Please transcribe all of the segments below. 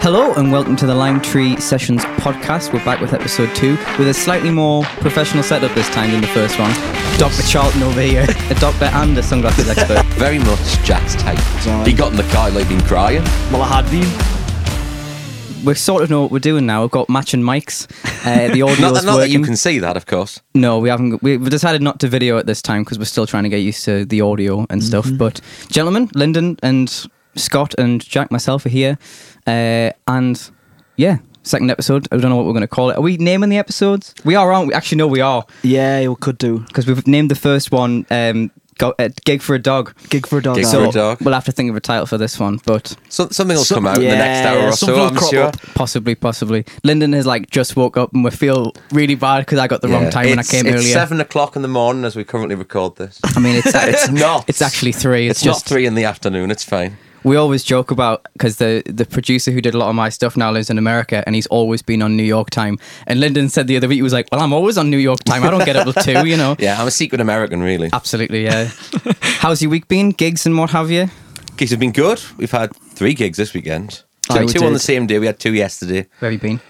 Hello and welcome to the Lime Tree Sessions podcast. We're back with episode two with a slightly more professional setup this time than the first one. Dr. Charlton over here, a doctor and a sunglasses expert. Very much Jack's type. He got in the car like been crying. Well, I had been. we sort of know what we're doing now. We've got matching mics. Uh, the audio Not, that- is not that you working. can see that, of course. No, we haven't. we- We've decided not to video at this time because we're still trying to get used to the audio and stuff. Mm-hmm. But gentlemen, Lyndon and Scott and Jack, myself are here, uh, and yeah, second episode. I don't know what we're going to call it. Are we naming the episodes? We are, aren't we? Actually, no, we are Yeah, you could do. because we've named the first one um, go, uh, "Gig for a Dog." Gig for a dog. uh, Gig hour. So for a dog. we'll have to think of a title for this one, but So, something will Some- come out in the next yeah, hour or something so, will I'm crop sure. up. possibly, possibly. Lyndon has like just woke up, and we feel really bad because I got the wrong Yeah. time when I It's- came it's earlier. seven o'clock in the morning as we currently record this. I mean, it's it's not. It's actually three. It's, It's just not three in the afternoon. It's fine. We always joke about because the the producer who did a lot of my stuff now lives in America and he's always been on New York time. And Lyndon said the other week he was like, "Well, I'm always on New York time. I don't get up till two, you know." Yeah, I'm a secret American, really. Absolutely, yeah. How's your week been? Gigs and what have you? Gigs have been good. We've had three gigs this weekend. Oh, Two, we two on did. the same day. We had two yesterday. Where have you been?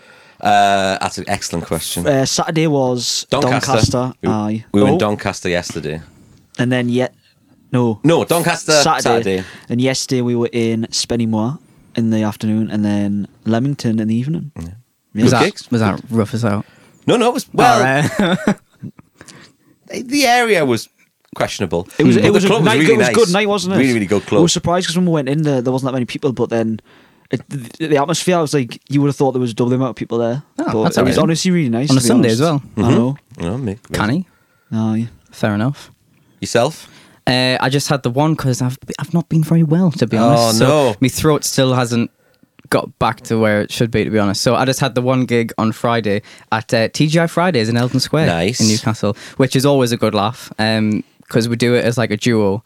Uh, that's an excellent question. Uh, Saturday was Doncaster. Doncaster. We, Aye. we were in Oh, Doncaster yesterday. And then yet, no. No, Doncaster Saturday. And yesterday we were in Spennymoor in the afternoon, and then Leamington in the evening. Yeah. Was Good that gigs. was that rough as uh, hell? No, no, it was well. Alright. the area was questionable. It was. But It the was a Mm. club night, really it was a nice. good night, wasn't it? Really, really good We club. were surprised because when we went in there, there wasn't that many people, but then. It, the, the atmosphere, I was like, you would have thought there was double the amount of people there. Oh, but that's it alright. was honestly really nice. On a to be Sunday honest. as well. Mm-hmm. I know. No, me. Canny, Aye. fair enough. Yourself? Uh, I just had the one because I've I've not been very well to be Oh, honest. so no. my throat still hasn't got back to where it should be to be honest. So I just had the one gig on Friday at uh, TGI Fridays in Eldon Square, Nice. in Newcastle, which is always a good laugh because we do it as like a duo,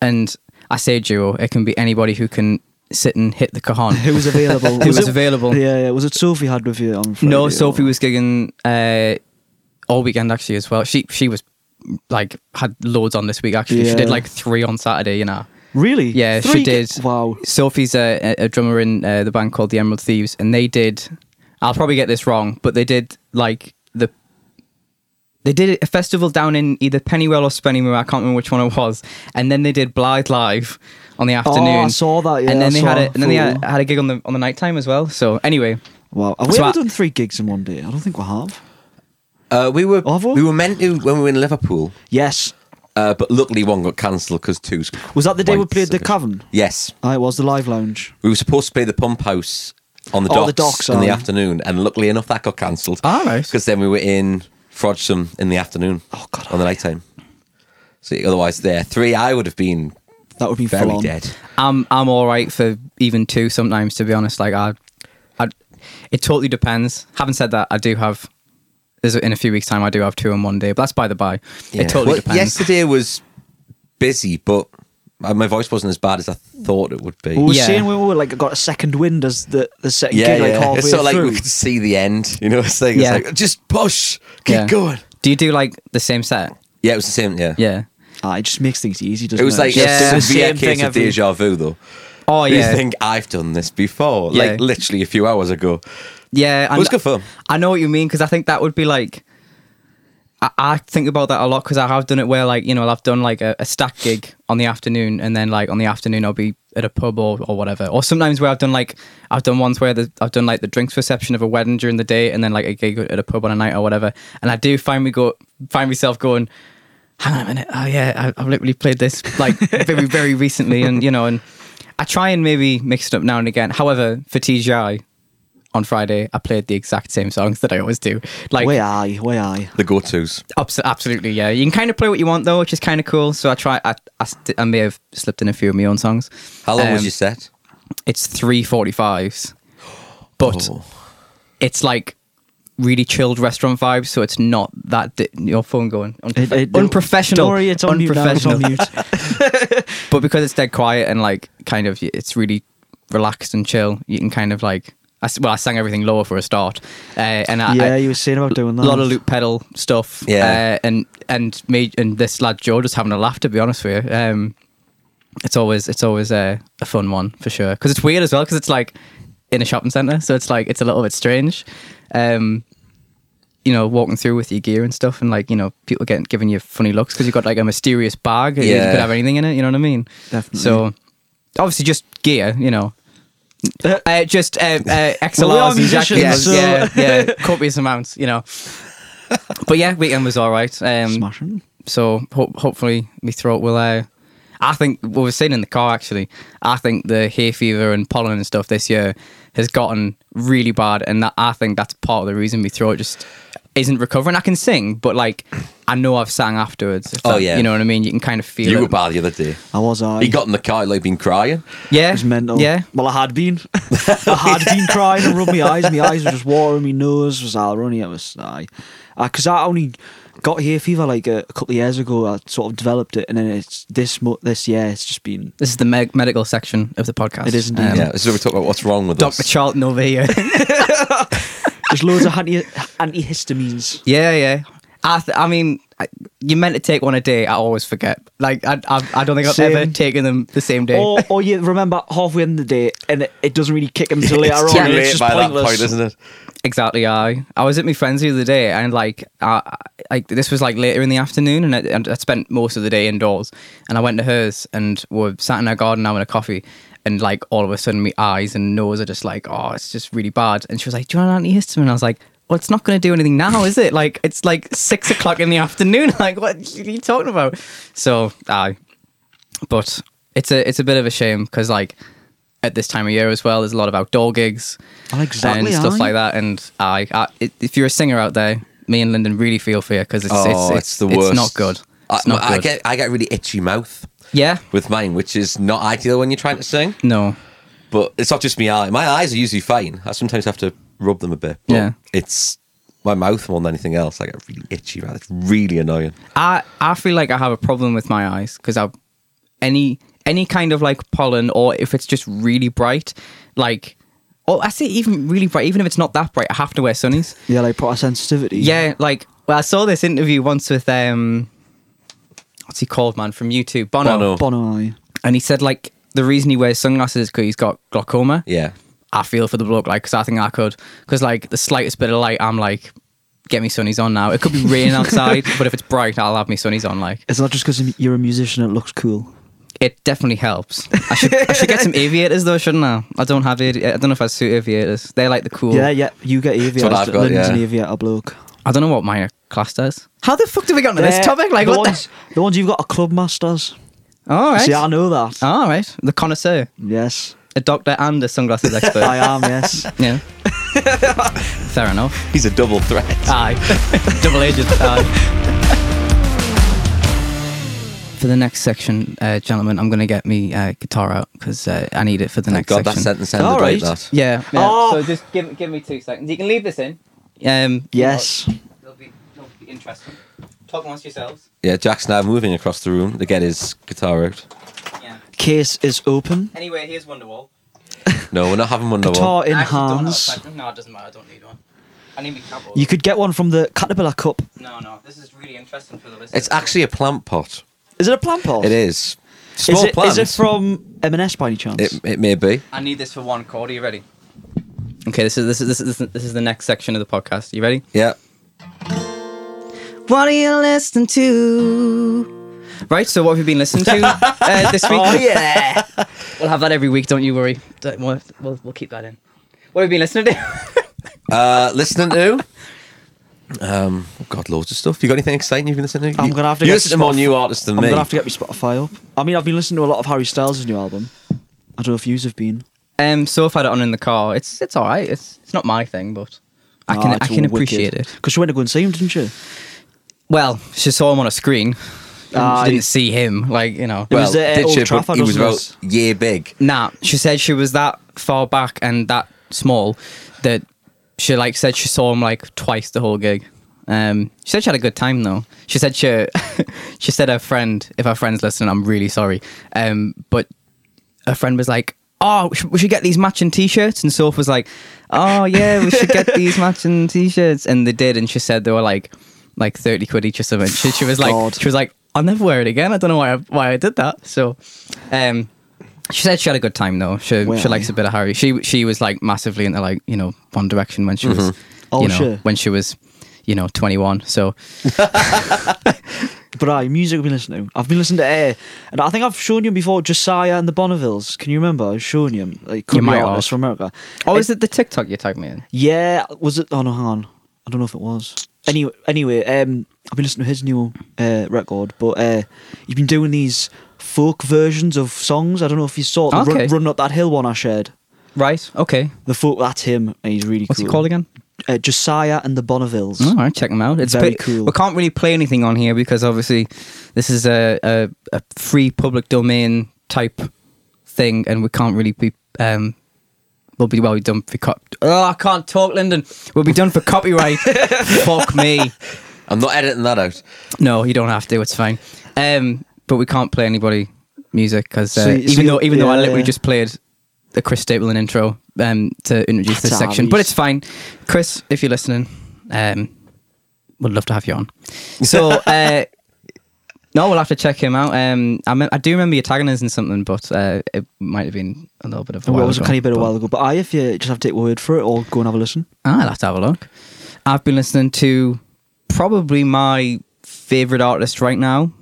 and I say duo, it can be anybody who can sit and hit the cajon. Who was available? Who was available. Yeah, yeah. Was it Sophie had with you on Friday? No, or- Sophie was gigging uh, all weekend actually as well. She she was like had loads on this week actually. She did Yeah. like three on Saturday, you know. Really? Yeah, she Three ga- did. Wow. Sophie's a, a drummer in uh, the band called the Emerald Thieves, and they did. I'll probably get this wrong, but they did like the. They did a festival down in either Pennywell or Spennymoor. I can't remember which one it was, and then they did Blythe Live on the afternoon. Oh, saw that, yeah, and I then they saw had a, that and then they had, photo. had a gig on the on the night time as well. So anyway, Wow. Have we So ever I- done three gigs in one day? I don't think we have. Uh, we were Have we? we were meant to when we were in Liverpool, Yes. uh, but luckily one got cancelled because two's. Was that the day we quite played the sufficient. Cavern? Yes, Ah, it was the live lounge. we were supposed to play the Pump House on the docks, Oh, the docks, in the aye. afternoon, and luckily enough that got cancelled. Ah, right. Because then we were in Frodsham in the afternoon. Oh, God, on the night time. So otherwise, there three I would have been That would be very full on. dead. I'm I'm all right for even two sometimes. To be honest, like I, I, it totally depends. Having said that, I do have. there's- In a few weeks' time, I do have two on one day, but that's by the by. Yeah. It totally Well, depends. Yesterday was busy, but uh, my voice wasn't as bad as I thought it would be. We were Yeah. saying we were like got a second wind as the the second yeah, gig like yeah. halfway It's sort of like through. we could see the end. You know, it's like, Yeah. it's like just push, keep Yeah. going. Do you do like the same set? Yeah, it was the same. Yeah, Yeah. Ah, it just makes things easy, doesn't It it? was like It's Yeah. a just severe the same case thing of every- deja vu, though. Oh You yeah. think I've done this before, Yeah. like literally a few hours ago. yeah. It was good fun. I know what you mean because I think that would be like. I, I think about that a lot because I have done it where like you know I've done like a, a stack gig on the afternoon and then like on the afternoon I'll be at a pub or, or whatever or sometimes where I've done like I've done ones where the, I've done like the drinks reception of a wedding during the day and then like a gig at a pub on a night or whatever and I do find me go find myself going hang on a minute oh yeah I, I've literally played this like very very recently and you know and I try and maybe mix it up now and again however for TGI on Friday I played the exact same songs that I always do like Way aye, way aye. The go tos. Abs- absolutely, yeah. You can kind of play what you want though, which is kind of cool. So I try. I, I, st- I may have slipped in a few of my own songs. How long was Um, your set? It's three forty-fives, but Oh. it's like really chilled restaurant vibes. So it's not that di- your phone going unprof- It- it- unprofessional. Don't worry, it's on mute now, it's on unprofessional. mute. but because it's dead quiet and like kind of it's really relaxed and chill. You can kind of like. I, s- well, I sang everything lower for a start, uh, and I, Yeah, I, you were saying about doing a that. lot of loop pedal stuff. Yeah. uh, and and me and this lad Joe just having a laugh. To be honest with you, um, it's always it's always a, a fun one for sure because it's weird as well because it's like in a shopping center, so it's like it's a little bit strange. Um, you know, walking through with your gear and stuff, and like you know, people getting giving you funny looks because you've got like a mysterious bag. that Yeah. you could have anything in it. You know what I mean? Definitely. So obviously, just gear. You know. Uh, just uh, uh, XLRs Well, we are and musicians, jackets, so- yeah, yeah, copious amounts, you know. But yeah, weekend was all right. Um, Smashing. so ho- hopefully my throat will. Uh, I think what we've seen in the car actually. I think the hay fever and pollen and stuff this year has gotten really bad, and that I think that's part of the reason my throat just isn't recovering. I can sing, but like I know I've sang afterwards. if Oh, that- yeah. you know what I mean. You Um, can kind of feel You were it. bad the other day. I was I. He got in the car, like, been crying. Yeah, It was mental. Yeah, Well, I had been. I had been crying and rubbed my eyes. My eyes were just watering. My nose was all runny. It was aye. Because I only got hay fever like a, a couple of years ago. I sort of developed it, and then it's this mo- this year. It's just been. this is the me- medical section of the podcast. It is indeed. Um, Yeah, this is where we talk about what's wrong with Dr. us. Charlton over here. There's loads of anti antihistamines. yeah, yeah. I, th- I mean, I, you meant to take one a day. I always forget. Like, I, I, I don't think I've Same. ever taken them the same day. Or, or you remember halfway in the day, and it, it doesn't really kick until later it's too on. and late it's just by pointless. that point, isn't it? Exactly. I I was at my friend's the other day, and like, I, I- like this was like later in the afternoon, and I, and I spent most of the day indoors. And I went to hers, and we're sat in her garden having a coffee, and like all of a sudden, my eyes and nose are just like, oh, it's just really bad. And she was like, "Do you want an antihistamine?" And I was like. Well, it's not going to do anything now, is it? Like, it's like six o'clock in the afternoon. Like, what are you talking about? So, I but it's a it's a bit of a shame because like at this time of year as well, there's a lot of outdoor gigs Oh, exactly, and stuff aye. like that. And I, I i- if you're a singer out there, me and Lyndon really feel for you because it's, Oh, it's, it's, the worst. It's not good. It's I, not I good. get, I get really itchy mouth yeah, with mine, which is not ideal when you're trying to sing. no, But it's not just me eye. My eyes are usually fine. I sometimes have to rub them a bit. But Yeah. It's my mouth more than anything else. I get really itchy mouth. It's really annoying. I I feel like I have a problem with my eyes because I any any kind of like pollen or if it's just really bright, like oh I say even really bright, even if it's not that bright, I have to wear sunnies. Yeah, like proper sensitivity. Yeah, like well, I saw this interview once with um, what's he called, man, from YouTube, Bono, Bono. Bono. aye. and he said like the reason he wears sunglasses is because he's got glaucoma. Yeah. I feel for the bloke, like, because I think I could, because like the slightest bit of light, I'm like, get me sunnies on now. It could be rain outside, but if it's bright, I'll have me sunnies on. Like, It's not just because you're a musician; it looks cool. it definitely helps. I should, I should get some aviators though, shouldn't I? I don't have, avi- I don't know if I suit aviators. They're like the cool. Yeah, yeah. You get aviators. what I've got, Lyndon's yeah. an aviator bloke. I don't know what my class does. How the fuck did we get into Uh, this topic? Like, the what? ones, the ones you've got are club masters. the- All right. See, I know that. All right. The connoisseur. yes, a doctor and a sunglasses expert. I am. Yes, yeah. Fair enough. He's a double threat. Aye. Double agent. Aye. For the next section, uh, gentlemen, I'm going to get me uh, guitar out because uh, I need it for the next Thank God that section. sentence ended All like right. that. Yeah. yeah. Oh! So just give give me two seconds. You can leave this in. Um. yes. It'll be, it'll be interesting. Talk amongst yourselves. Yeah, Jack's now moving across the room to get his guitar out. Yeah. Case is open. Anyway, here's Wonderwall. No, we're not having one. Guitar in I actually don't have a hands. spectrum. No, it doesn't matter. I don't need one. I need my cowboy. You could get one from the Caterpillar Cup. No, no. This is really interesting for the listeners. It's actually a plant pot. Is it a plant pot? It is. Is Small it, plants. is it from M&S by any chance? it, it may be. I need this for one chord. Are you ready? Okay, this is this is this is this is the next section of the podcast. you ready? Yeah. What are you listening to? Right. So, what have you been listening to uh, this week? oh yeah. We'll have that every week. Don't you worry. Don't, we'll, we'll we'll keep that in. What have you been listening to? Uh, listening to. Um, God, loads of stuff. You got anything exciting you've been listening to? I'm You- gonna have to You get listen to Spotify- more new artists than I'm me. gonna have to get my Spotify up. I mean, I've been listening to a lot of Harry Styles' new album. I don't know if yous have been. um, so I've had it on in the car. It's it's all right. It's it's not my thing, but I Ah, can I can appreciate it. because you went to go and see him, didn't you? Well, she saw him on a screen. Ah, she you- didn't see him. Like you know. It well, was at did Old you, but Trafford, he was wasn't about year big. Nah, she said she was that far back and that small that she like said she saw him like twice the whole gig. Um, she said she had a good time though. She said she she said her friend, if her friend's listening, I'm really sorry. Um, but her friend was like, "Oh, we should, we should get these matching t-shirts," and Soph was like, "Oh yeah, we should get these matching t-shirts," and they did. And she said they were like like thirty quid each or something. She, she was like, God. she was like, "I'll never wear it again. I don't know why I, why I did that." So, um, She said she had a good time though. She Well, she likes a bit of Harry. She she was like massively into like you know One Direction when she was Oh, you know sure. when she was you know twenty one. So But aye, music I've been listening to. I've been listening to Air, and I think I've shown you before Josiah and the Bonnevilles. Can you remember? I've shown you. Like, country might have. artists from America. oh is it the TikTok you tagged me in? Yeah, was it? Oh no, hang on. I don't know if it was. Anyway, anyway, um, I've been listening to his new uh, record, but uh, he's been doing these folk versions of songs. I don't know if you saw the Okay. run, run up that hill one I shared. Right. Okay. The folk that's him, and he's really What's cool. it called again? Oh, Uh, Josiah and the Bonnevilles. All right, check them out. It's Very bit- cool. We can't really play anything on here because obviously this is a, a, a free public domain type thing, and we can't really be. Um, we'll be well done for. Co- oh, I can't talk, Lyndon. We'll be done for copyright. Fuck me. I'm not editing that out. No, you don't have to. It's fine. Um, but we can't play anybody music because uh, So you- so even you- though even though I yeah, literally yeah. just played the Chris Stapleton intro um, to introduce this That's section, obvious. but it's fine. Chris, if you're listening, um, would love to have you on. So. Uh, No, we'll have to check him out. Um, I, me- I do remember you tagging us in something, but uh, it might have been a little bit of a Well, while it was a ago, tiny bit a but- while ago, but aye, if you just have to take a word for it, or go and have a listen. I'll Ah, have to have a look. I've been listening to probably my favorite artist right now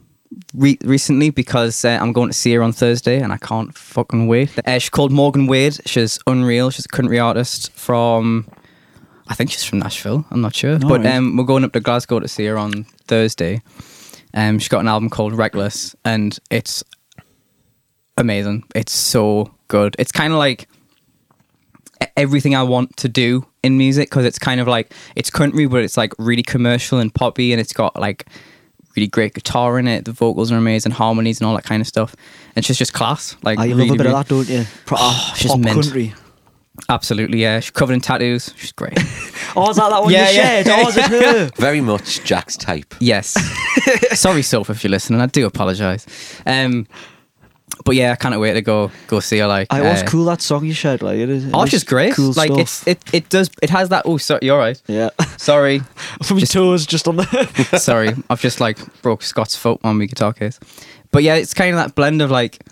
re- recently because uh, I'm going to see her on Thursday and I can't fucking wait. Uh, she's called Morgan Wade. She's unreal. She's a country artist from, I think she's from Nashville. I'm not sure, but Alright. um, we're going up to Glasgow to see her on Thursday. Um, she's got an album called Reckless and it's amazing. It's so good. It's kind of like e-, everything I want to do in music because it's kind of like it's country, but it's like really commercial and poppy, and it's got like really great guitar in it. The vocals are amazing, harmonies, and all that kind of stuff. And she's just class. Like, I really, love a bit really- of that, don't you? Pro- Oh, she's pop mint. country. Absolutely, yeah. She's covered in tattoos. She's great. Oh, is that that one Yeah, you yeah. shared? Oh, is it her? Very much Jack's type. yes. Sorry, Soph, if you're listening. I do apologise. Um, but yeah, I can't wait to go go see her. Like, I was uh, cool that song you shared. Like it is. it Oh, is she's great. Cool like, stuff. it's it it does it has that. Oh, sorry, you're right. yeah. Sorry, From his toes, just on the. Sorry, I've just like broke Scott's foot on my guitar case. But yeah, it's kind of that blend of like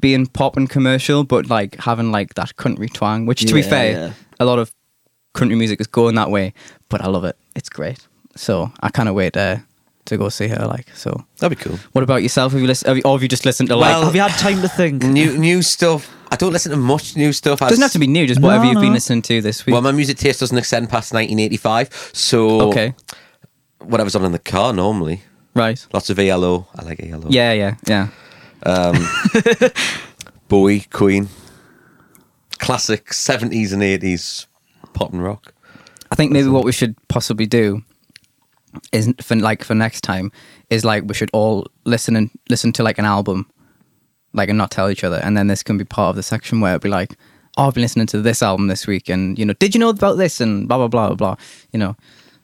being pop and commercial, but like having like that country twang. Which, to be Yeah, fair, yeah. a lot of country music is going that way. But I love it. It's great. So I can't wait uh, to go see her. Like, so That'd be cool. what about yourself? Have you listened? Have you, or have you just listened to like? Well, Have you had time to think? New new stuff. I don't listen to much new stuff. I doesn't have to be new. Just No, whatever you've been no. listening to this week. Well, my music taste doesn't extend past 1985. So okay, whatever's on in the car normally. right. Lots of ELO. I like ELO. Yeah, yeah, yeah. Bowie, Queen, classic 70s and 80s pop and rock. I think maybe what we should possibly do is for like for next time is like we should all listen and listen to like an album, like and not tell each other, and then this can be part of the section where it'd be like, oh, I've been listening to this album this week, and you know, did you know about this and blah blah blah blah blah, you know.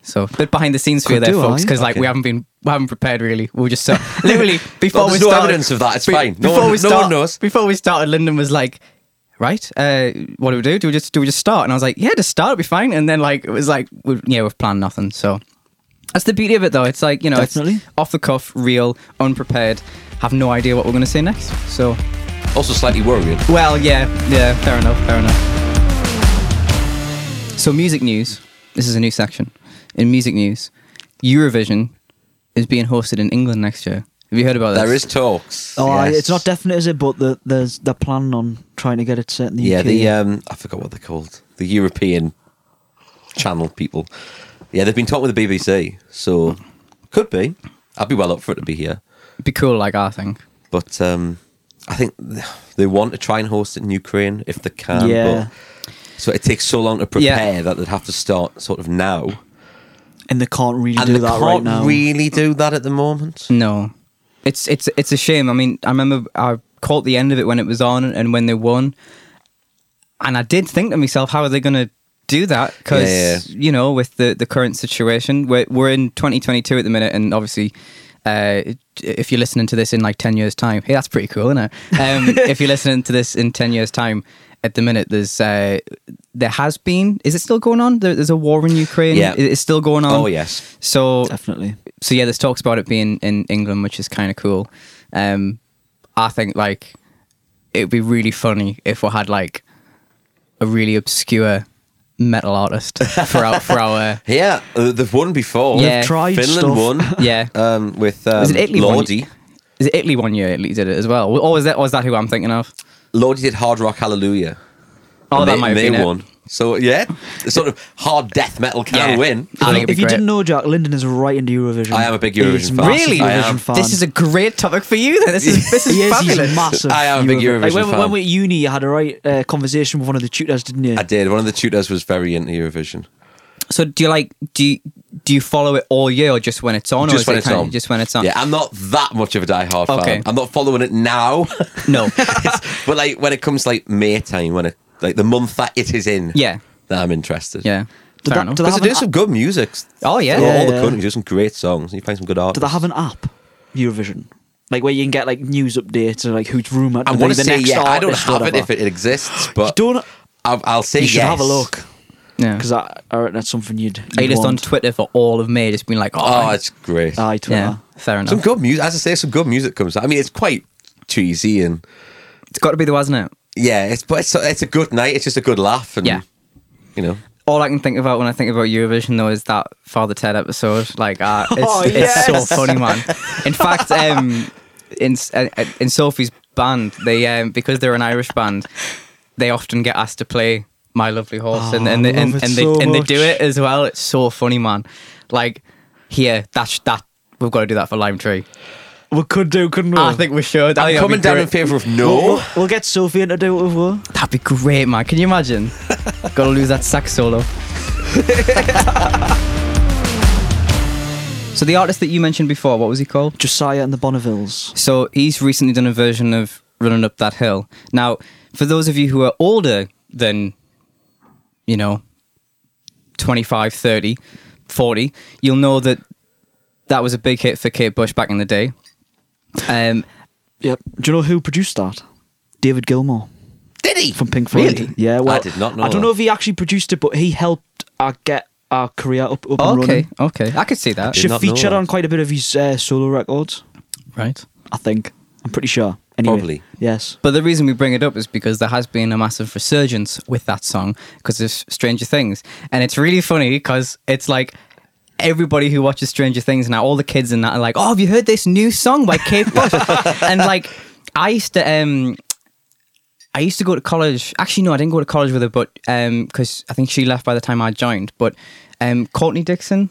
So a bit behind the scenes for you Could there, do, folks, aye. because like we Okay. haven't been we haven't prepared really. We were just so literally before Well, we there's no started, evidence of that, it's be- fine. No before one- we no one start, knows. Before we started, Lyndon was like, right, uh, what do we do? Do we just do we just start? And I was like, yeah, just start, it'll be fine. And then like it was like, we, yeah, we've planned nothing. So that's the beauty of it, though. It's like you know, Definitely. it's off the cuff, real, unprepared. Have no idea what we're going to say next. So, Also slightly worrying. well, yeah, yeah, fair enough, fair enough. So, music news. This is a new section in music news. Eurovision is being hosted in England next year. Have you heard about this? There is talks. Oh, aye, yes. it's not definite, is it? But the, there's they're planning on trying to get it set in the Yeah, UK. the um, I forgot what they're called. The European channel people. Yeah, they've been talking with the BBC, so could be. I'd be well up for it to be here, It'd be cool, like I think. but um, I think they want to try and host it in Ukraine if they can. Yeah. But, so it takes so long to Yeah. prepare that they'd have to start sort of now, and they can't really and do they that can't right now. Mm. really do that at the moment. No, it's it's it's a shame. I mean, I remember I caught the end of it when it was on and when they won, and I did think to myself, how are they going to do that? Because Yeah, you know, with the the current situation, we're we're in 2022 at the minute, and obviously. Uh, if you're listening to this in like 10 years time hey that's pretty cool isn't it um, if you're listening to this in 10 years time at the minute there's uh, there has been is it still going on there, there's a war in ukraine Yeah. It- it's still going on Oh yes, so Definitely. so yeah, there's talks about it being in England, which is kind of cool. Um, I think like it would be really funny if we had like a really obscure metal artist for our for our Yeah, uh, they've won before. Yeah. They've tried Finland stuff. won. yeah. Um, with um, Was it Italy? one Lordi. year- Is it Italy one year? Italy did it as well. Or was that? Or was that who I'm thinking of? Lordi did Hard Rock Hallelujah. Oh, that And they, might have they been it. won. So yeah, it's sort of hard death metal can Yeah. win. I think So- it'd be If you great. didn't know, Jack, Linden is right into Eurovision. I am a big He is Eurovision fan. massive Really? I Eurovision am. fan. This is a great topic for you. Then this is this is he is, he's fabulous. massive. I am a big Eurovision Like, when, fan. when we were at uni, you had a right uh, conversation with one of the tutors, didn't you? I did. One of the tutors was very into Eurovision. So do you like do you, do you follow it all year or just when it's on? or just is when it it's kind on. Of just when it's on. Yeah, I'm not that much of a diehard fan. Okay. I'm not following it now, No. but like when it comes to, like May time, when it like the month that it is in, Yeah. that I'm interested. Yeah. Did Fair that- enough. did that- because have they do an- some good music. Oh yeah. for Yeah. all the countries, do some great songs, and you find some good Do artists. they have an app, Eurovision? Like where you can get like news updates and like who's rumoured I to be want the to say next yeah. I don't artist, have whatever. it if it exists, but You don't- I'll, I'll say You should yes. have a look. Yeah. Because I, I reckon that's something you'd, you'd Are you just on want. Twitter for all of May, just being like, oh, Oh, I- it's great. Aye, Twitter. yeah, fair enough. some good music. As I say, some good music comes out. I mean, it's quite cheesy and It's got to be the wasn't it? yeah, it's but it's, it's a good night. It's just a good laugh and Yeah. you know. All I can think about when I think about Eurovision though is that Father Ted episode. Like, uh, it's, Oh, it's yes. so funny, man. In fact, um, in uh, in Sophie's band, they um, because they're an Irish band, they often get asked to play "My Lovely Horse," and Oh, and they, I and, love it and they so and they much. do it as well. It's so funny, man. Like, here, that's that. We've got to do that for Lime Tree. We could do, couldn't we? I think we should. I think that'd be Coming down in great. favour of We'll, no. we'll, we'll get Sophie in to do it with us. That'd be great, man. Can you imagine? Gotta lose that sax solo. so the artist that you mentioned before, what was he called? Josiah and the Bonnevilles. So he's recently done a version of Running Up That Hill. Now, for those of you who are older than, you know, 25, 30, 40, you'll know that that was a big hit for Kate Bush back in the day. Um, Yep. Do you know who produced that? David Gilmour Did he? from Pink Floyd. Really? Yeah, well, I did not know I don't that. know if he actually produced it, but he helped uh, get our career up, up and Oh, okay, running. okay. I could see that. Did She not know featured that. on quite a bit of his uh, solo records, Right. I think. I'm pretty sure. Anyway, Probably. Yes. But the reason we bring it up is because there has been a massive resurgence with that song because of Stranger Things. And it's really funny because it's like everybody who watches Stranger Things now, all the kids and that are like, oh, have you heard this new song by Kate Bush? and like, I used to, um, I used to go to college. Actually, no, I didn't go to college with her, but because I think she left by the time I joined. But um, Courtney Dixon,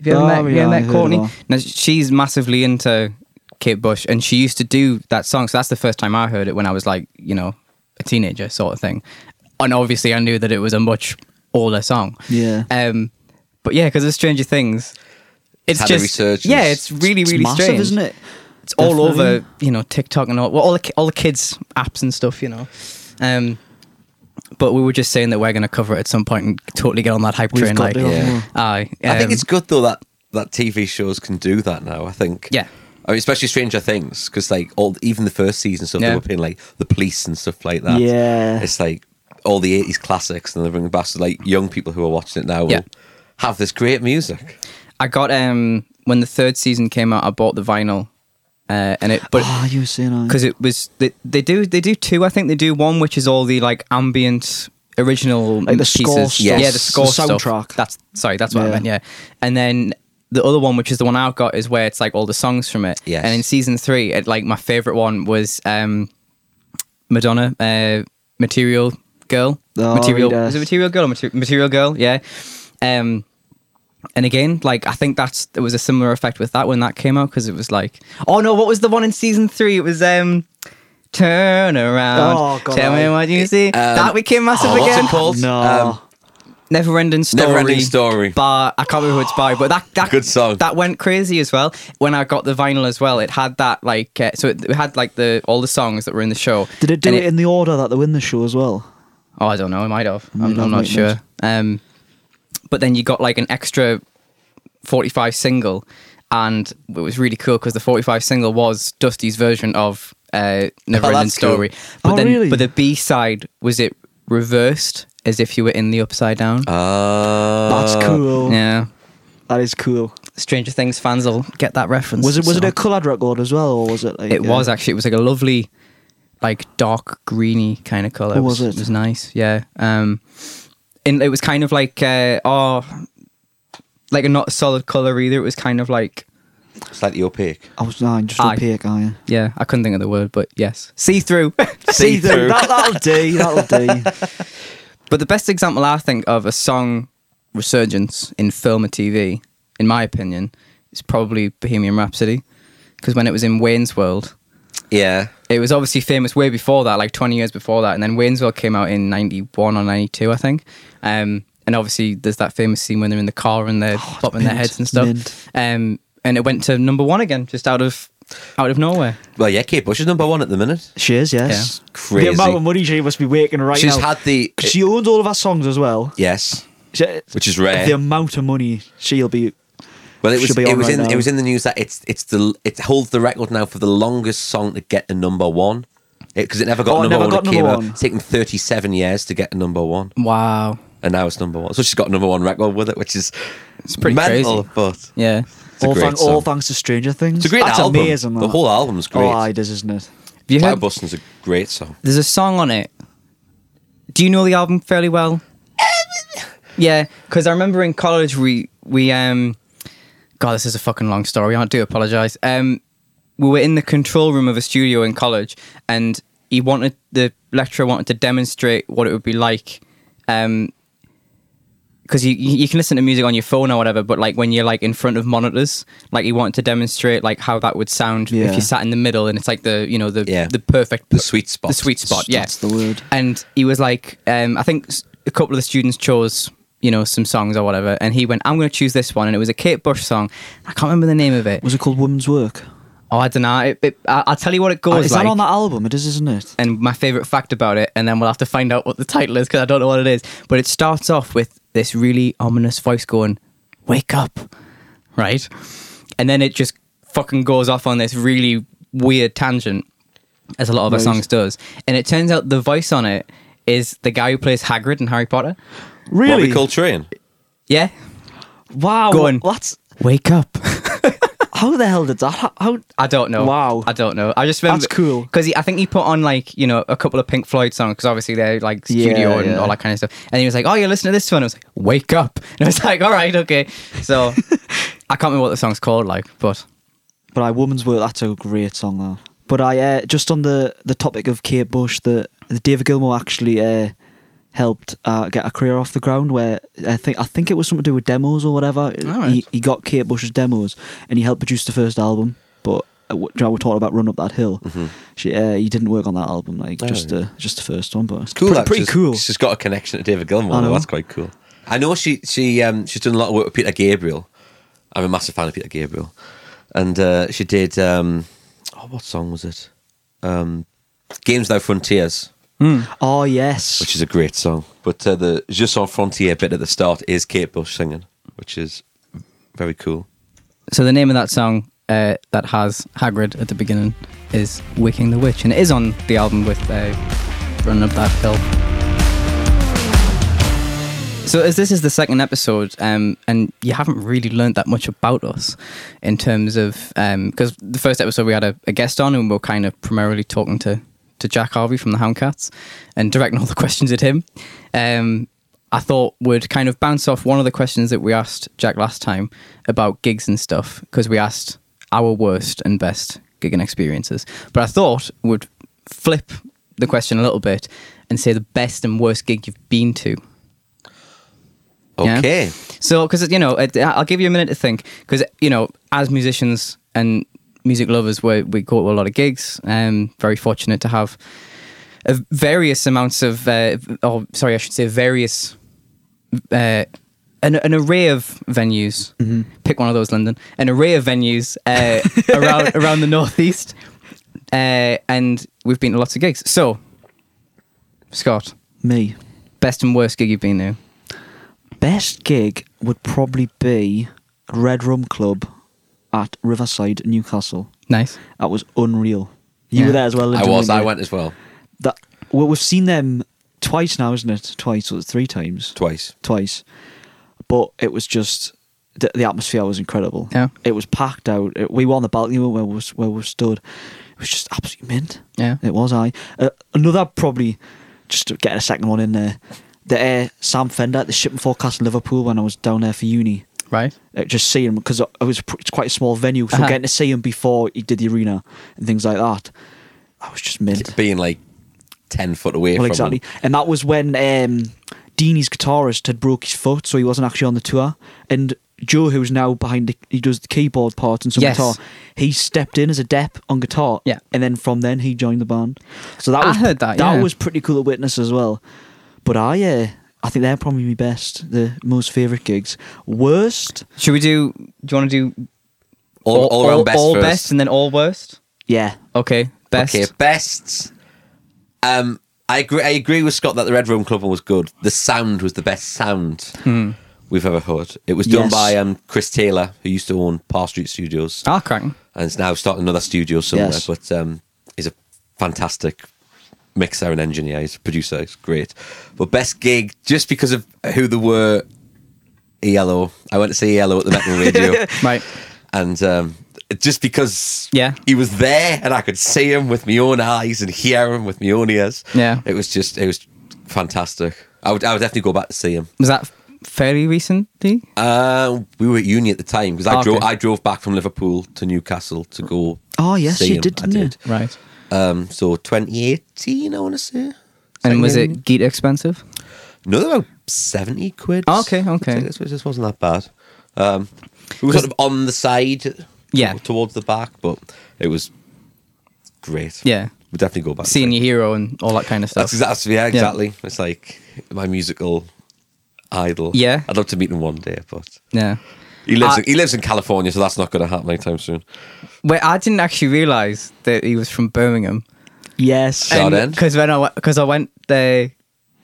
have you ever Oh, met, have you yeah, ever I met heard of Courtney? her. Now she's massively into Kate Bush, and she used to do that song. So that's the first time I heard it when I was like, you know, a teenager sort of thing. And obviously, I knew that it was a much older song. Yeah. Um, but yeah, because of Stranger Things, it's had a just resurgence. yeah, it's really It's really massive, strange, isn't it? It's all Definitely. over you know TikTok and all well, all the ki- all the kids apps and stuff, you know. Um, but we were just saying that we're going to cover it at some point and totally get on that hype We've train. got like, to, haven't Yeah. we? aye, I think um, it's good though that that TV shows can do that now. I think. Yeah. I mean, especially Stranger Things, because like all even the first season stuff Yeah. they were playing like the police and stuff like that. Yeah. it's like all the eighties classics, and they're bringing back so like young people who are watching it now Yeah. will have this great music. I got um when the third season came out, I bought the vinyl, uh, and it but Ah, you were saying I. because it was they, they do they do two. I think they do one which is all the like ambient original Like the pieces. score stuff. Yeah, The the score stuff. soundtrack. That's sorry, that's what I Yeah. meant. Yeah, and then the other one, which is the one I've got, is where it's like all the songs from it. Yes. And in season three, it, like my favorite one was um Madonna, uh, Material Girl, Oh, Material. yes. Is it Material Girl or Mater- Material Girl? Yeah. Um, and again, like I think that's there was a similar effect with that when that came out because it was like, oh no, what was the one in season three? It was um, turn around, Oh, God, tell me I- what you see. that became massive Um, oh, what's it again. called? no. Um, Never ending story. Neverending Story. By I can't remember who it's by, but that that Good song. That went crazy as well. When I got the vinyl as well, it had that like uh, so it, it had like the all the songs that were in the show. Did it do and it, in the order that they win the show as well? Oh, I don't know. It might have. I'm, Might I'm not have, mightn't sure. it? Um, but then you got like an extra 45 single, and it was really cool because the 45 single was Dusty's version of uh, Never Oh, Ending that's cool. Story. But Oh, then, really? But the B side was it reversed as if you were in the upside down. uh, That's cool. yeah. That is cool. Stranger Things fans will get that reference. uh, Was it was it so- a coloured record as well, or was it like It uh, was actually. It was like a lovely. like dark greeny kind of color. Oh, was it? was nice. Yeah. Um, and it was kind of like uh, oh, like a not solid color either. It was kind of like Slightly opaque. I was nah, just Aye. opaque, are you? yeah, I couldn't think of the word, but yes, see through. See through. That, that'll do. That'll do. But the best example I think of a song resurgence in film or TV, in my opinion, is probably Bohemian Rhapsody. Because when it was in Wayne's World, Yeah. it was obviously famous way before that, like 20 years before that. And then Wayne's World came out in 91 or 92, I think. Um, and obviously, there's that famous scene when they're in the car and they're bopping their mint. heads and stuff. Mint. Um, and it went to number one again, just out of out of nowhere. Well, yeah, Kate Bush is number one at the minute. She is, yes. Yeah. Crazy. The amount of money she must be waking right She's now. had the. 'Cause she owns all of her songs as well. yes. She- Which is rare. The amount of money she'll be. Well, it was Should be it on was right in now. it was in the news that it's it's the it holds the record now for the longest song to get a number one because it, never got Oh, it number never one. got it came number out. one. It's taken thirty seven years to get a number one, Wow. and now it's number one. So she's got a number one record with it, which is it's pretty mental, but Yeah. it's a all, great thank- all song. thanks to Stranger Things. It's a great That's album. amazing. the that. whole album's great. Oh, aye, it is, isn't it? Have you heard? Cloudbusting's a great song. There's a song on it. Do you know the album fairly well? yeah, because I remember in college we we um, God, this is a fucking long story. I do apologize. Um, we were in the control room of a studio in college, and he wanted the lecturer wanted to demonstrate what it would be like. Um, because you you you can listen to music on your phone or whatever, but like when you're like in front of monitors, like he wanted to demonstrate like how that would sound if Yeah. you sat in the middle, and it's like the you know the Yeah. the perfect The sweet spot. the sweet spot, yeah. That's the word. And he was like, um, I think s- a couple of the students chose, you know, some songs or whatever, and he went, I'm going to choose this one, and it was a Kate Bush song. I can't remember the name of it. Was it called Woman's Work? Oh, I don't know. It, it, I, I'll tell you what it Uh, goes is like. that on that album? It is, isn't it? and my favorite fact about it, and then we'll have to find out what the title is because I don't know what it is. But it starts off with this really ominous voice going, "Wake up," right? And then it just fucking goes off on this really weird tangent, as a lot of our Right. songs does. And it turns out the voice on it is the guy who plays Hagrid in Harry Potter. Really? Bobby Coltrane. Yeah, wow. Go on. That's wake up. how the hell did that? How, how I don't know. Wow. I don't know. I just remember That's cool. because I think he put on like you know a couple of Pink Floyd songs because obviously they're like Yeah, studio and yeah. all that kind of stuff. And he was like, "Oh, you're listening to this one." I was like, "Wake up!" And I was like, "All right, okay." So I can't remember what the song's called, like, but But I Woman's Work, that's a great song though. But I uh, just on the the topic of Kate Bush, the, the David Gilmour actually uh, helped uh, get a career off the ground. Where I think I think it was something to do with demos or whatever. Alright. He he got Kate Bush's demos and he helped produce the first album. But uh, w- you know, we're talking about Run Up That Hill. She, uh, he didn't work on that album, like just uh, just the first one. But it's cool. pretty, actually. pretty cool. She's got a connection to David I Gilmour. know. though. That's quite cool. I know she she um, she's done a lot of work with Peter Gabriel. I'm a massive fan of Peter Gabriel, and uh, she did um, oh what song was it? Um, Games Now Frontiers, Oh yes, which is a great song. But uh, the Je Sans Frontier bit at the start is Kate Bush singing, which is very cool. so the name of that song uh, that has Hagrid at the beginning is "Waking the Witch," and it is on the album with uh, "Running Up That Hill." So, as this is the second episode, um, and you haven't really learned that much about us in terms of because the first episode we had a, a guest on, and we are kind of primarily talking to to Jack Harvey from the Houndcats and directing all the questions at him. Um, I thought would kind of bounce off one of the questions that we asked Jack last time about gigs and stuff because we asked our worst and best gigging experiences, but I thought would flip the question a little bit and say the best and worst gig you've been to. Yeah. Okay, So, because you know, it- I'll give you a minute to think. Because you know, as musicians and music lovers, we we go to a lot of gigs. Um, very fortunate to have a various amounts of, uh, or sorry, I should say various, uh, an an array of venues. Pick one of those, London. An array of venues uh, around around the northeast, uh, and we've been to lots of gigs. So, Scott, me. best and worst gig you've been to? Best gig would probably be Red Rum Club at Riverside, Newcastle. Nice. That was unreal. You Yeah. were there as well. I Lyndon, was. weren't I you? went as well That well, we've seen them twice now, isn't it? Twice or three times? twice. Twice. But it was just the, the atmosphere was incredible. Yeah. It was packed out. It- we were on the balcony where we, were- where we stood, It was just absolutely mint. Yeah. It was, I. Uh, another, probably, just to get a second one in there, the uh, Sam Fender at the shipping forecast in Liverpool when I was down there for uni. Right. Uh, just see him because it was pr- it's quite a small venue, so Uh-huh. getting to see him before he did the arena and things like that, I was just mint. being like ten foot away. Well, from exactly. Him. And that was when um, Deanie's guitarist had broke his foot, so he wasn't actually on the tour. And Joe, who's now behind the, he does the keyboard part and some Yes. guitar, he stepped in as a dep on guitar. Yeah. And then from then he joined the band. So that I was heard that, yeah. was pretty cool to witness as well. But I uh, I think they're probably my best, the most favourite gigs. Worst, Should we do? Do you want to do All, all, around best. all first. best, and then all worst? yeah. Okay, best. Okay, best. Um, I agree. I agree with Scott that the Red Room Club one was good. The sound was the best sound we've ever heard. It was done Yes. by um, Chris Taylor, who used to own Par Street Studios, Ah, cracking. and is now starting another studio somewhere. Yes. But um, he's a fantastic mixer and engineer. He's a producer. He's great. But best gig, just because of who they were, ELO. I went to see ELO at the Metal Radio Right. and um, just because Yeah. he was there and I could see him with my own eyes and hear him with my own ears Yeah. it was just it was fantastic I would I would definitely go back to see him Was that fairly recently? uh, we were at uni at the time because I Okay. drove I drove back from Liverpool to Newcastle to go Oh, yes, see you him. did, I didn't you? did Right. um, so 2018 I want to say And was Second- it Geet expensive? No, they were about 70 quid. Okay, okay. It just wasn't that bad. Um, we were sort of on the side, Yeah. towards the back, but it was great. Yeah. we definitely go back. Seeing you. your hero and all that kind of stuff. That's exactly yeah, exactly. It's like my musical idol. Yeah. I'd love to meet him one day, but Yeah. he lives I- in, he lives in California, so that's not going to happen anytime soon. Wait, I didn't actually realize that he was from Birmingham. Yes. So then? Because when I because I went there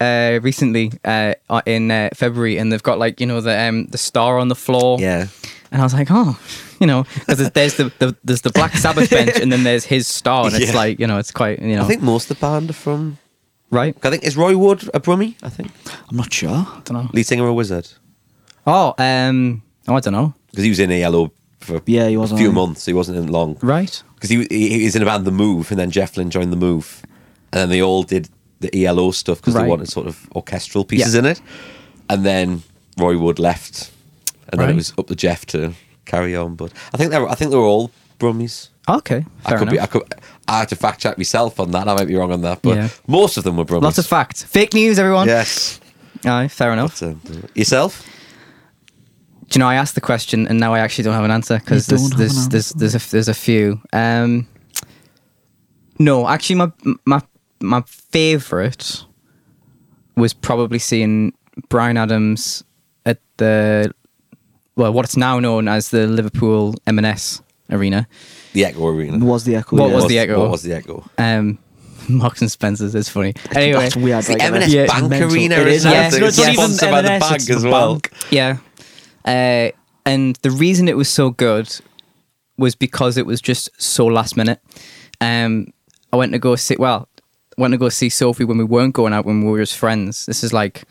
uh, recently uh, in uh, February, and they've got like you know the um, the star on the floor. Yeah, And I was like, oh, you know, because there's the, the there's the Black Sabbath bench, and then there's his star, and it's Yeah. like you know, it's quite you know, I think most of the band are from. right? I think is Roy Wood a Brummie? I think I'm not sure. I don't know. lead singer of Wizard Oh, um, oh, I don't know. because he was in ALO for Yeah, he was a few on. months. He wasn't in long. Right? because he, he he was in a band The Move, and then Jeff Lynne joined The Move, and then they all did the ELO stuff because Right. they wanted sort of orchestral pieces in it, and then Roy Wood left, and then Right. it was up to Jeff to carry on. But I think they were, I think they were all Brummies. Okay, I fair could enough. be I could I had to fact check myself on that. I might be wrong on that, but Yeah. most of them were Brummies. Lots of facts, fake news, everyone. yes. Aye, fair enough. So, yourself? Do you know I asked the question, and now I actually don't have an answer because You there's don't have there's, an there's there's a, there's a few. Um, no, actually, my my my favorite was probably seeing Brian Adams at the well, what's now known as the Liverpool M&S Arena. The Echo Arena. Was the echo? What yeah. was the Echo? What was the Echo? Um, Marks and Spencer's is funny. Anyway, That's weird. It's the like, M&S yeah, Bank mental. Arena. It is, isn't yeah. it? It's not- it's not even sponsored by the M&S, bank it's as the well. bank. Yeah. Uh, and the reason it was so good was because it was just so last minute. Um, I went to go see, well, went to go see Sophie when we weren't going out, when we were as friends. This is like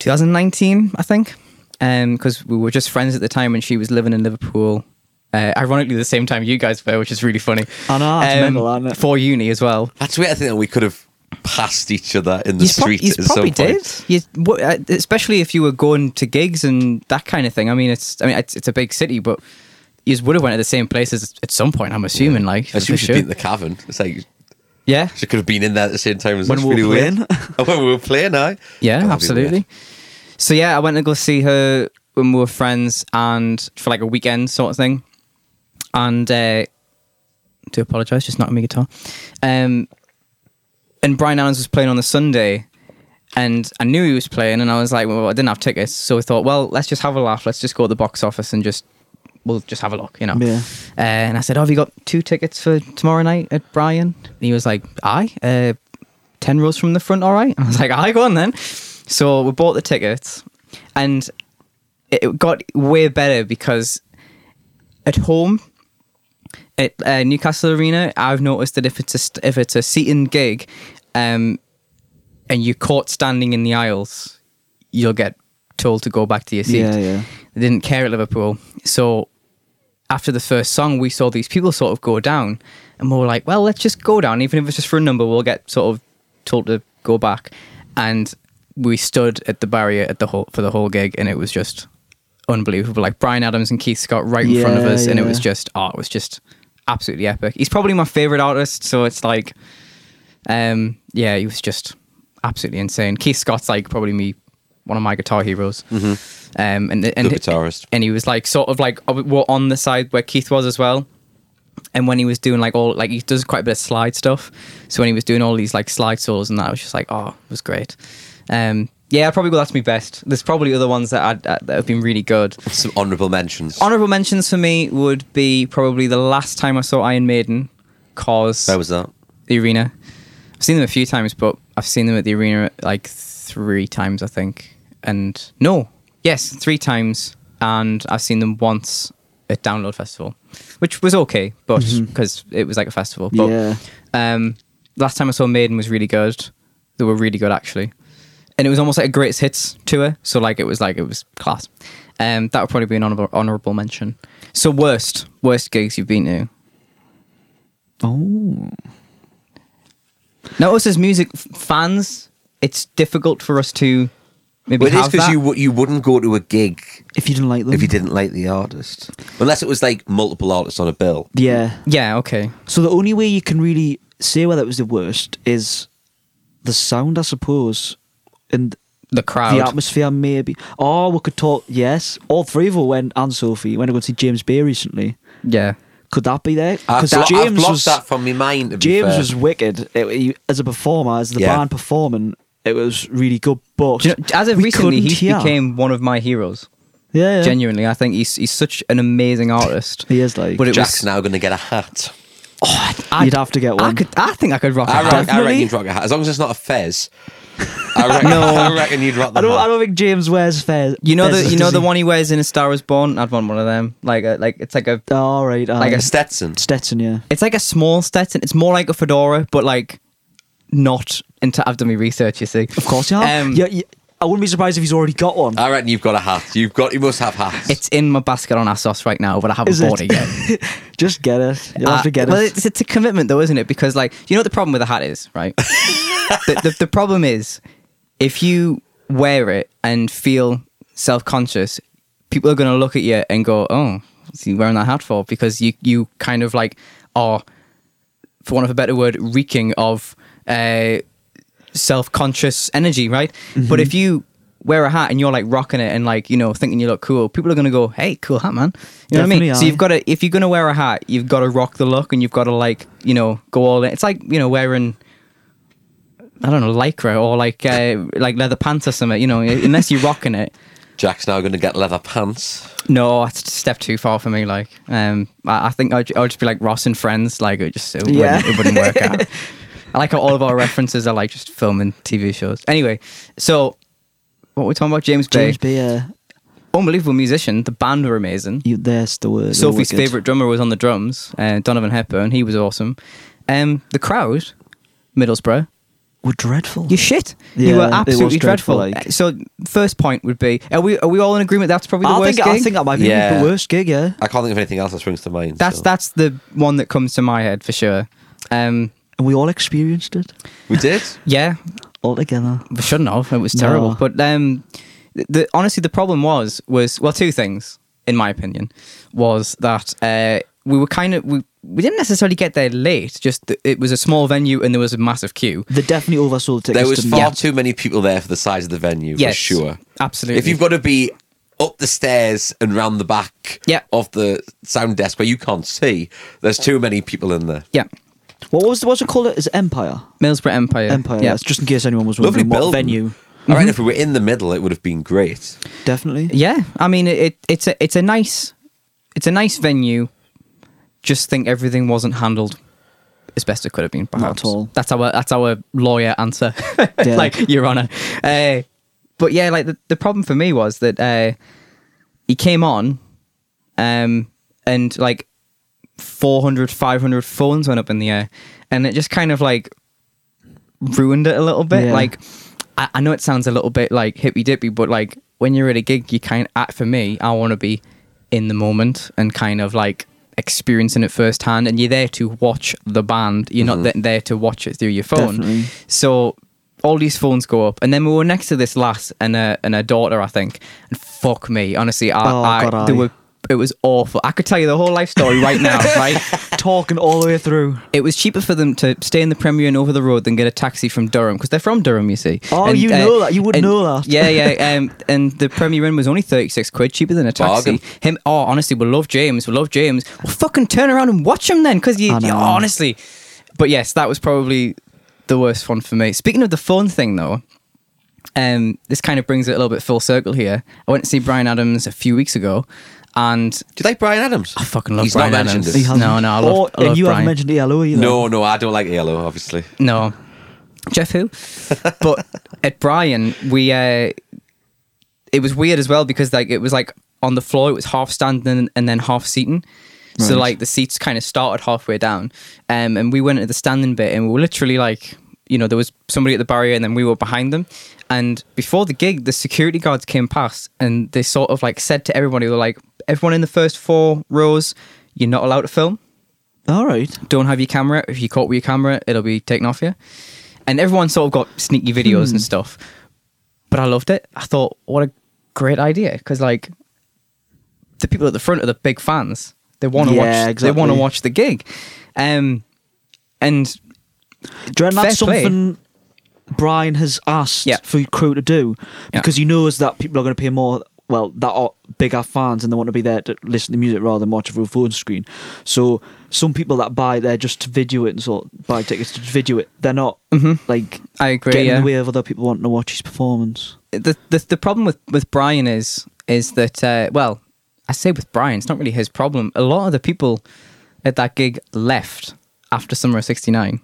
2019, I think, because we were just friends at the time and she was living in Liverpool. Uh, ironically, the same time you guys were, which is really funny. Um, I know, that's mental, isn't it? For uni as well. That's weird. I think that we could have passed each other in the Yous prob- street yous at some probably point. did. Yous- what- uh, especially if you were going to gigs and that kind of thing. I mean, it's I mean it's, it's a big city, but you would have went to the same places at some point. I'm assuming, like I for should sure. have been in the cavern. It's like yeah, she could have been in there at the same time as When us, we were really weird. playing. Oh, when we were playing, I yeah, absolutely. So yeah, I went to go see her when we were friends and for like a weekend sort of thing. And uh, do apologise, just knocking my guitar. Um, and Brian Adams was playing on the Sunday, and I knew he was playing, and I was like, well, I didn't have tickets, so I thought, well, let's just have a laugh. Let's just go to the box office and just we'll just have a look, you know. Yeah. Uh, and I said, oh, have you got two tickets for tomorrow night at Brian? And he was like, aye, uh, ten rows from the front, all right. And I was like, aye, go on then. So we bought the tickets, and it got way better because at home at uh, Newcastle Arena, I've noticed that if it's a st- if it's a seating gig, um, and you're caught standing in the aisles, you'll get told to go back to your seat. Yeah, yeah. They didn't care at Liverpool, so after the first song, we saw these people sort of go down, and we were like, well, let's just go down, even if it's just for a number, we'll get sort of told to go back. And we stood at the barrier at the whole for the whole gig, and it was just unbelievable. Like Brian Adams and Keith Scott right in front of Yeah, us, and it yeah. was just oh, it was just absolutely epic. He's probably my favorite artist, so it's like, um, yeah, he was just absolutely insane. Keith Scott's like probably me, one of my guitar heroes. Mm-hmm. Um, and and Good guitarist. and he was like sort of like uh, we're on the side where Keith was as well. And when he was doing like all like he does quite a bit of slide stuff, so when he was doing all these like slide solos and that, I was just like, oh, it was great. Um, yeah, I'd probably go. That's my best. There's probably other ones that I'd, uh, that have been really good. Some honourable mentions. Honorable mentions for me would be probably the last time I saw Iron Maiden, cause Where was that? the arena. I've seen them a few times, but I've seen them at the arena like three times, I think. And no, yes, three times. And I've seen them once at Download Festival, which was okay, but because it was like a festival. But Yeah. um, last time I saw Maiden was really good. They were really good actually, and it was almost like a greatest hits tour. So like it was like it was class. Um, that would probably be an honorable honorable mention. So worst worst gigs you've been to? Oh. Now, us as music f- fans, it's difficult for us to maybe Well, it is have because that. you w- you wouldn't go to a gig If you didn't like them. if you didn't like the artist, unless it was like multiple artists on a bill. Yeah. yeah, okay. So the only way you can really say whether it was the worst is the sound, I suppose, and The crowd. the atmosphere, maybe. Or we could talk, yes, all three of us went, and Sophie, went to go see James Bay recently. yeah. Could that be there? I've, Because blo- I've James blocked was that from my mind. to be James fair. was wicked It- he- as a performer, as the Yeah. band performing. It was really good, but Do you know, as of we recently, couldn't he hear. became one of my heroes. yeah, yeah. Genuinely, I think he's he's such an amazing artist. He is like, But it Jack's was, now going to get a hat. I'd- you'd have to get I one. could. I think I could rock. a I, hat. reckon, I reckon Definitely. you'd rock a hat as long as it's not a fez. I reckon, I reckon you'd rock the I don't. I hat. don't think James wears fair. Uh-huh. You know the fares, you know does the he? one he wears in A Star Is Born. I'd want one of them. Like a, like it's like a Oh, all right, Like aye. a Stetson. Stetson, yeah. it's like a small Stetson. It's more like a fedora, but like not. Into I've done my research. You see, Of course, yeah. Um, Uh, yeah, yeah. I wouldn't be surprised if he's already got one. I reckon you've got a hat. You've got. You must have hats. It's in my basket on ASOS right now, but I haven't Is bought it? it yet. Just get it. You'll Uh, have to get well, it. it's, it's a commitment though, isn't it? Because like, you know what the problem with a hat is, right? the, the, the problem is if you wear it and feel self-conscious, people are going to look at you and go, "Oh, what's he wearing that hat for?" Because you you kind of like are, for want of a better word, reeking of uh, self-conscious energy, right? But Mm-hmm. if you wear a hat and you're like rocking it and like you know thinking you look cool people are going to go hey cool hat man you know what i mean Definitely so are. you've got to if you're going to wear a hat you've got to rock the look and you've got to like you know go all in it's like you know wearing I don't know, lycra or like uh, like leather pants or something. You know, unless you're rocking it. Jack's now going to get leather pants. No, that's a step too far for me. Like, um, I, I think I'd, I'd just be like Ross and Friends. Like, it just it, Yeah. wouldn't, it wouldn't work out. I like how all of our references are like just film and TV shows. Anyway, so what were we talking about? James Bay, James Bay, uh, unbelievable musician. The band were amazing. you, there's the word. They're Sophie's wicked. favorite drummer was on the drums. Uh, Donovan Hepburn, he was awesome. Um, the crowd, Middlesbrough, Were dreadful. You shit. you Yeah, were it was absolutely dreadful. dreadful, like- Uh, So first point would be: Are we are we all in agreement? That's probably the I worst think I gig? think that might be Yeah. the worst gig. Yeah. I can't think of anything else that springs to mind. that's so. that's the one that comes to my head for sure. Um, And we all experienced it We did. yeah, all together. we shouldn't have. It was terrible. No. But um, the, the honestly, the problem was was well, two things in my opinion was that uh, we were kind of we. We didn't necessarily get there late. Just th- it was a small venue and there was a massive queue. They definitely oversold tickets. There was didn't far they? too many people there for the size of the venue. Yes, for sure. absolutely. If you've got to be up the stairs and round the back Yeah. of the sound desk where you can't see, there's too many people in there. yeah, What was what's it called? Is it Empire? Middlesbrough Empire. Empire. Yeah, Yes. Just in case anyone was Lovely wondering what building. venue. I Mm-hmm. reckon if we were in the middle, it would have been great. Definitely. Yeah, I mean it, it. It's a it's a nice, it's a nice venue. Just think everything wasn't handled as best it could have been. Perhaps all. That's our that's our lawyer answer. Yeah. like Your Honour. Uh, but yeah, like the, the problem for me was that uh, he came on, um, and like 400, 500 phones went up in the air, and it just kind of like ruined it a little bit. Yeah. Like, I, I know it sounds a little bit like hippy dippy, but like when you're at a gig, you kind of, for me, I want to be in the moment and kind of like experiencing it firsthand. And you're there to watch the band. You're not th- there to watch it through your phone. Mm-hmm. Definitely. So all these phones go up, and then we were next to this lass and a and a daughter, I think. And fuck me, honestly, I, Oh, I, God, they aye. were. It was awful. I could tell you the whole life story right now, right? Talking all the way through. It was cheaper for them to stay in the Premier and over the road than get a taxi from Durham because they're from Durham, you see. Oh, And, uh, you know that. You would and- know that. Yeah, yeah. Um, and the Premier Inn was only thirty six quid cheaper than a taxi. Bargain. Him. Oh, honestly, we love James. We love James. Well, fucking turn around and watch him then, because you, I know. you- honestly. But yes, that was probably the worst one for me. Speaking of the phone thing, though. Um, this kind of brings it a little bit full circle here. I went to see Brian Adams a few weeks ago, and Do you like Brian Adams? I fucking love He's Bryan not mentioned Adams. This. He has- No, no, I love- Or- I love and you Brian. haven't mentioned ELO either. No, no, I don't like ELO, obviously. No. Jeff who? but at Brian, we uh it was weird as well because like it was like on the floor it was half standing and then half seating. So Right. like the seats kind of started halfway down. Um and we went at the standing bit and we were literally like you know, there was somebody at the barrier and then we were behind them. And before the gig, the security guards came past and they sort of like said to everybody, they were like, everyone in the first four rows, you're not allowed to film All right. don't have your camera. If you caught with your camera, it'll be taken off you. And everyone sort of got sneaky videos Hmm. and stuff. But I loved it. I thought, what a great idea because like the people at the front are the big fans. They want to Yeah, watch. They exactly. want to watch the gig. Um, and Do you reckon that's Fair play. something Brian has asked Yeah. for your crew to do? Yeah. Because he knows that people are going to pay more, well, that are bigger fans and they want to be there to listen to music rather than watch it through a phone screen. So some people that buy there just to video it and sort buy tickets to video it, they're not like Mm-hmm. I agree. getting yeah. in the way of other people wanting to watch his performance. the, the the problem with with Brian is is that uh, well, I say with Brian, it's not really his problem. A lot of the people at that gig left after Summer of '69.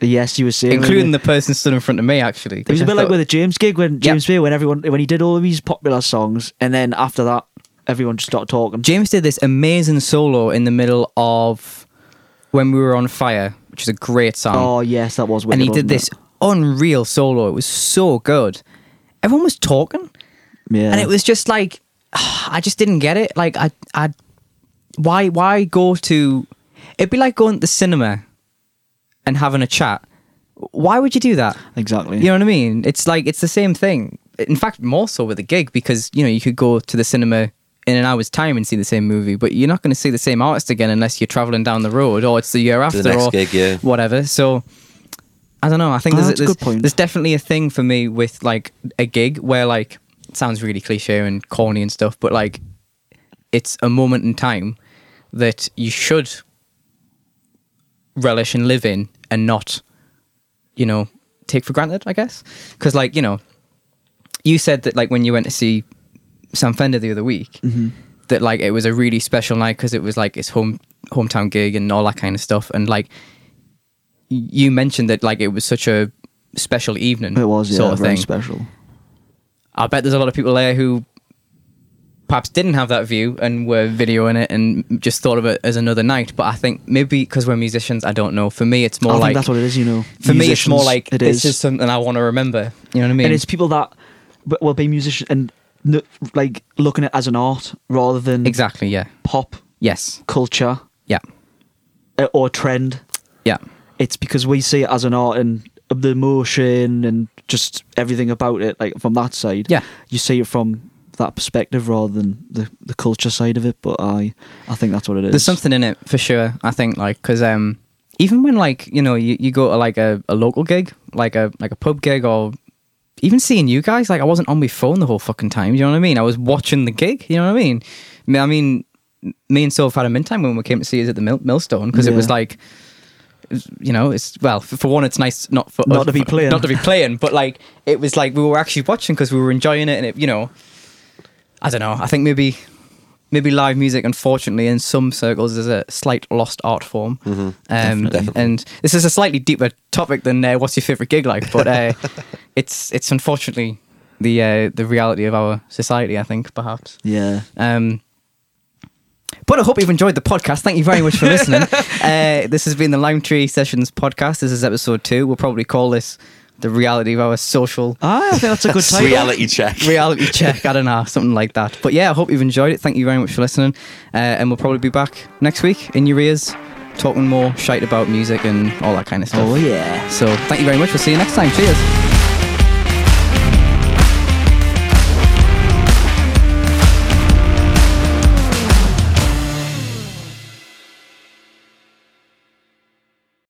Yes, you were saying. including the. the person stood in front of me actually. It was a bit like with the James gig when James Bay when everyone when he did all of his popular songs and then after that everyone just started talking. James did this amazing solo in the middle of when we were on fire, which is a great song. oh yes, that was. Wicked, and he did wasn't this it? unreal solo. It was so good. Everyone was talking, Yeah. and it was just like I just didn't get it. Like I, I, why, why go to? It'd be like going to the cinema and having a chat. Why would you do that? exactly. You know what I mean? It's like it's the same thing. In fact, more so with a gig because you know you could go to the cinema in an hour's time and see the same movie, but you're not going to see the same artist again unless you're traveling down the road or it's the year after the next or gig, yeah. whatever. So I don't know. I think Oh, there's, that's a there's, good point. there's definitely a thing for me with like a gig where like it sounds really cliche and corny and stuff, but like it's a moment in time that you should relish and live in and not you know take for granted i guess because like you know you said that like when you went to see sam fender the other week Mm-hmm. that like it was a really special night because it was like his home hometown gig and all that kind of stuff and like y- you mentioned that like it was such a special evening It was yeah, sort of very thing special. i bet there's a lot of people there who perhaps didn't have that view and were videoing it and just thought of it as another night but i think maybe because we're musicians i don't know for me it's more I like think that's what it is. You know, for me, it's more Musicians, like it this is. is something I want to remember. You know what I mean? and it's people that w- will be musicians and n- like looking at it as an art rather than exactly yeah. pop Yes. culture Yeah. uh, or trend. Yeah. it's because we see it as an art and uh, the emotion and just everything about it, like from that side. Yeah. You see it from that perspective rather than the, the culture side of it. But I I think that's what it is. There's something in it for sure. I think like because um even when like you know you, you go to like a, a local gig like a like a pub gig or even seeing you guys like I wasn't on my phone the whole fucking time. You know what I mean? I was watching the gig. You know what I mean? Me- I mean, me and Soph had a min time when we came to see us at the Mill- Millstone because it Yeah. was like. You know, it's well for, for one, it's nice not for Not us- to be playing. not to be playing, but like it was like we were actually watching because we were enjoying it, and it, you know, I don't know. I think maybe maybe live music, unfortunately, in some circles, is a slight lost art form. Um, Mm-hmm. Definitely. And this is a slightly deeper topic than uh, what's your favorite gig like, but uh, it's it's unfortunately the uh, the reality of our society. I think perhaps. Yeah. Um, but I hope you've enjoyed the podcast. Thank you very much for listening. uh, this has been the Lime Tree Sessions podcast. This is episode two. We'll probably call this the reality of our social Ah, I think that's a good title. Reality check. reality check. I don't know, something like that. But yeah, I hope you've enjoyed it. Thank you very much for listening. Uh, and we'll probably be back next week in your ears, talking more shite about music and all that kind of stuff. Oh yeah. So thank you very much. We'll see you next time. Cheers.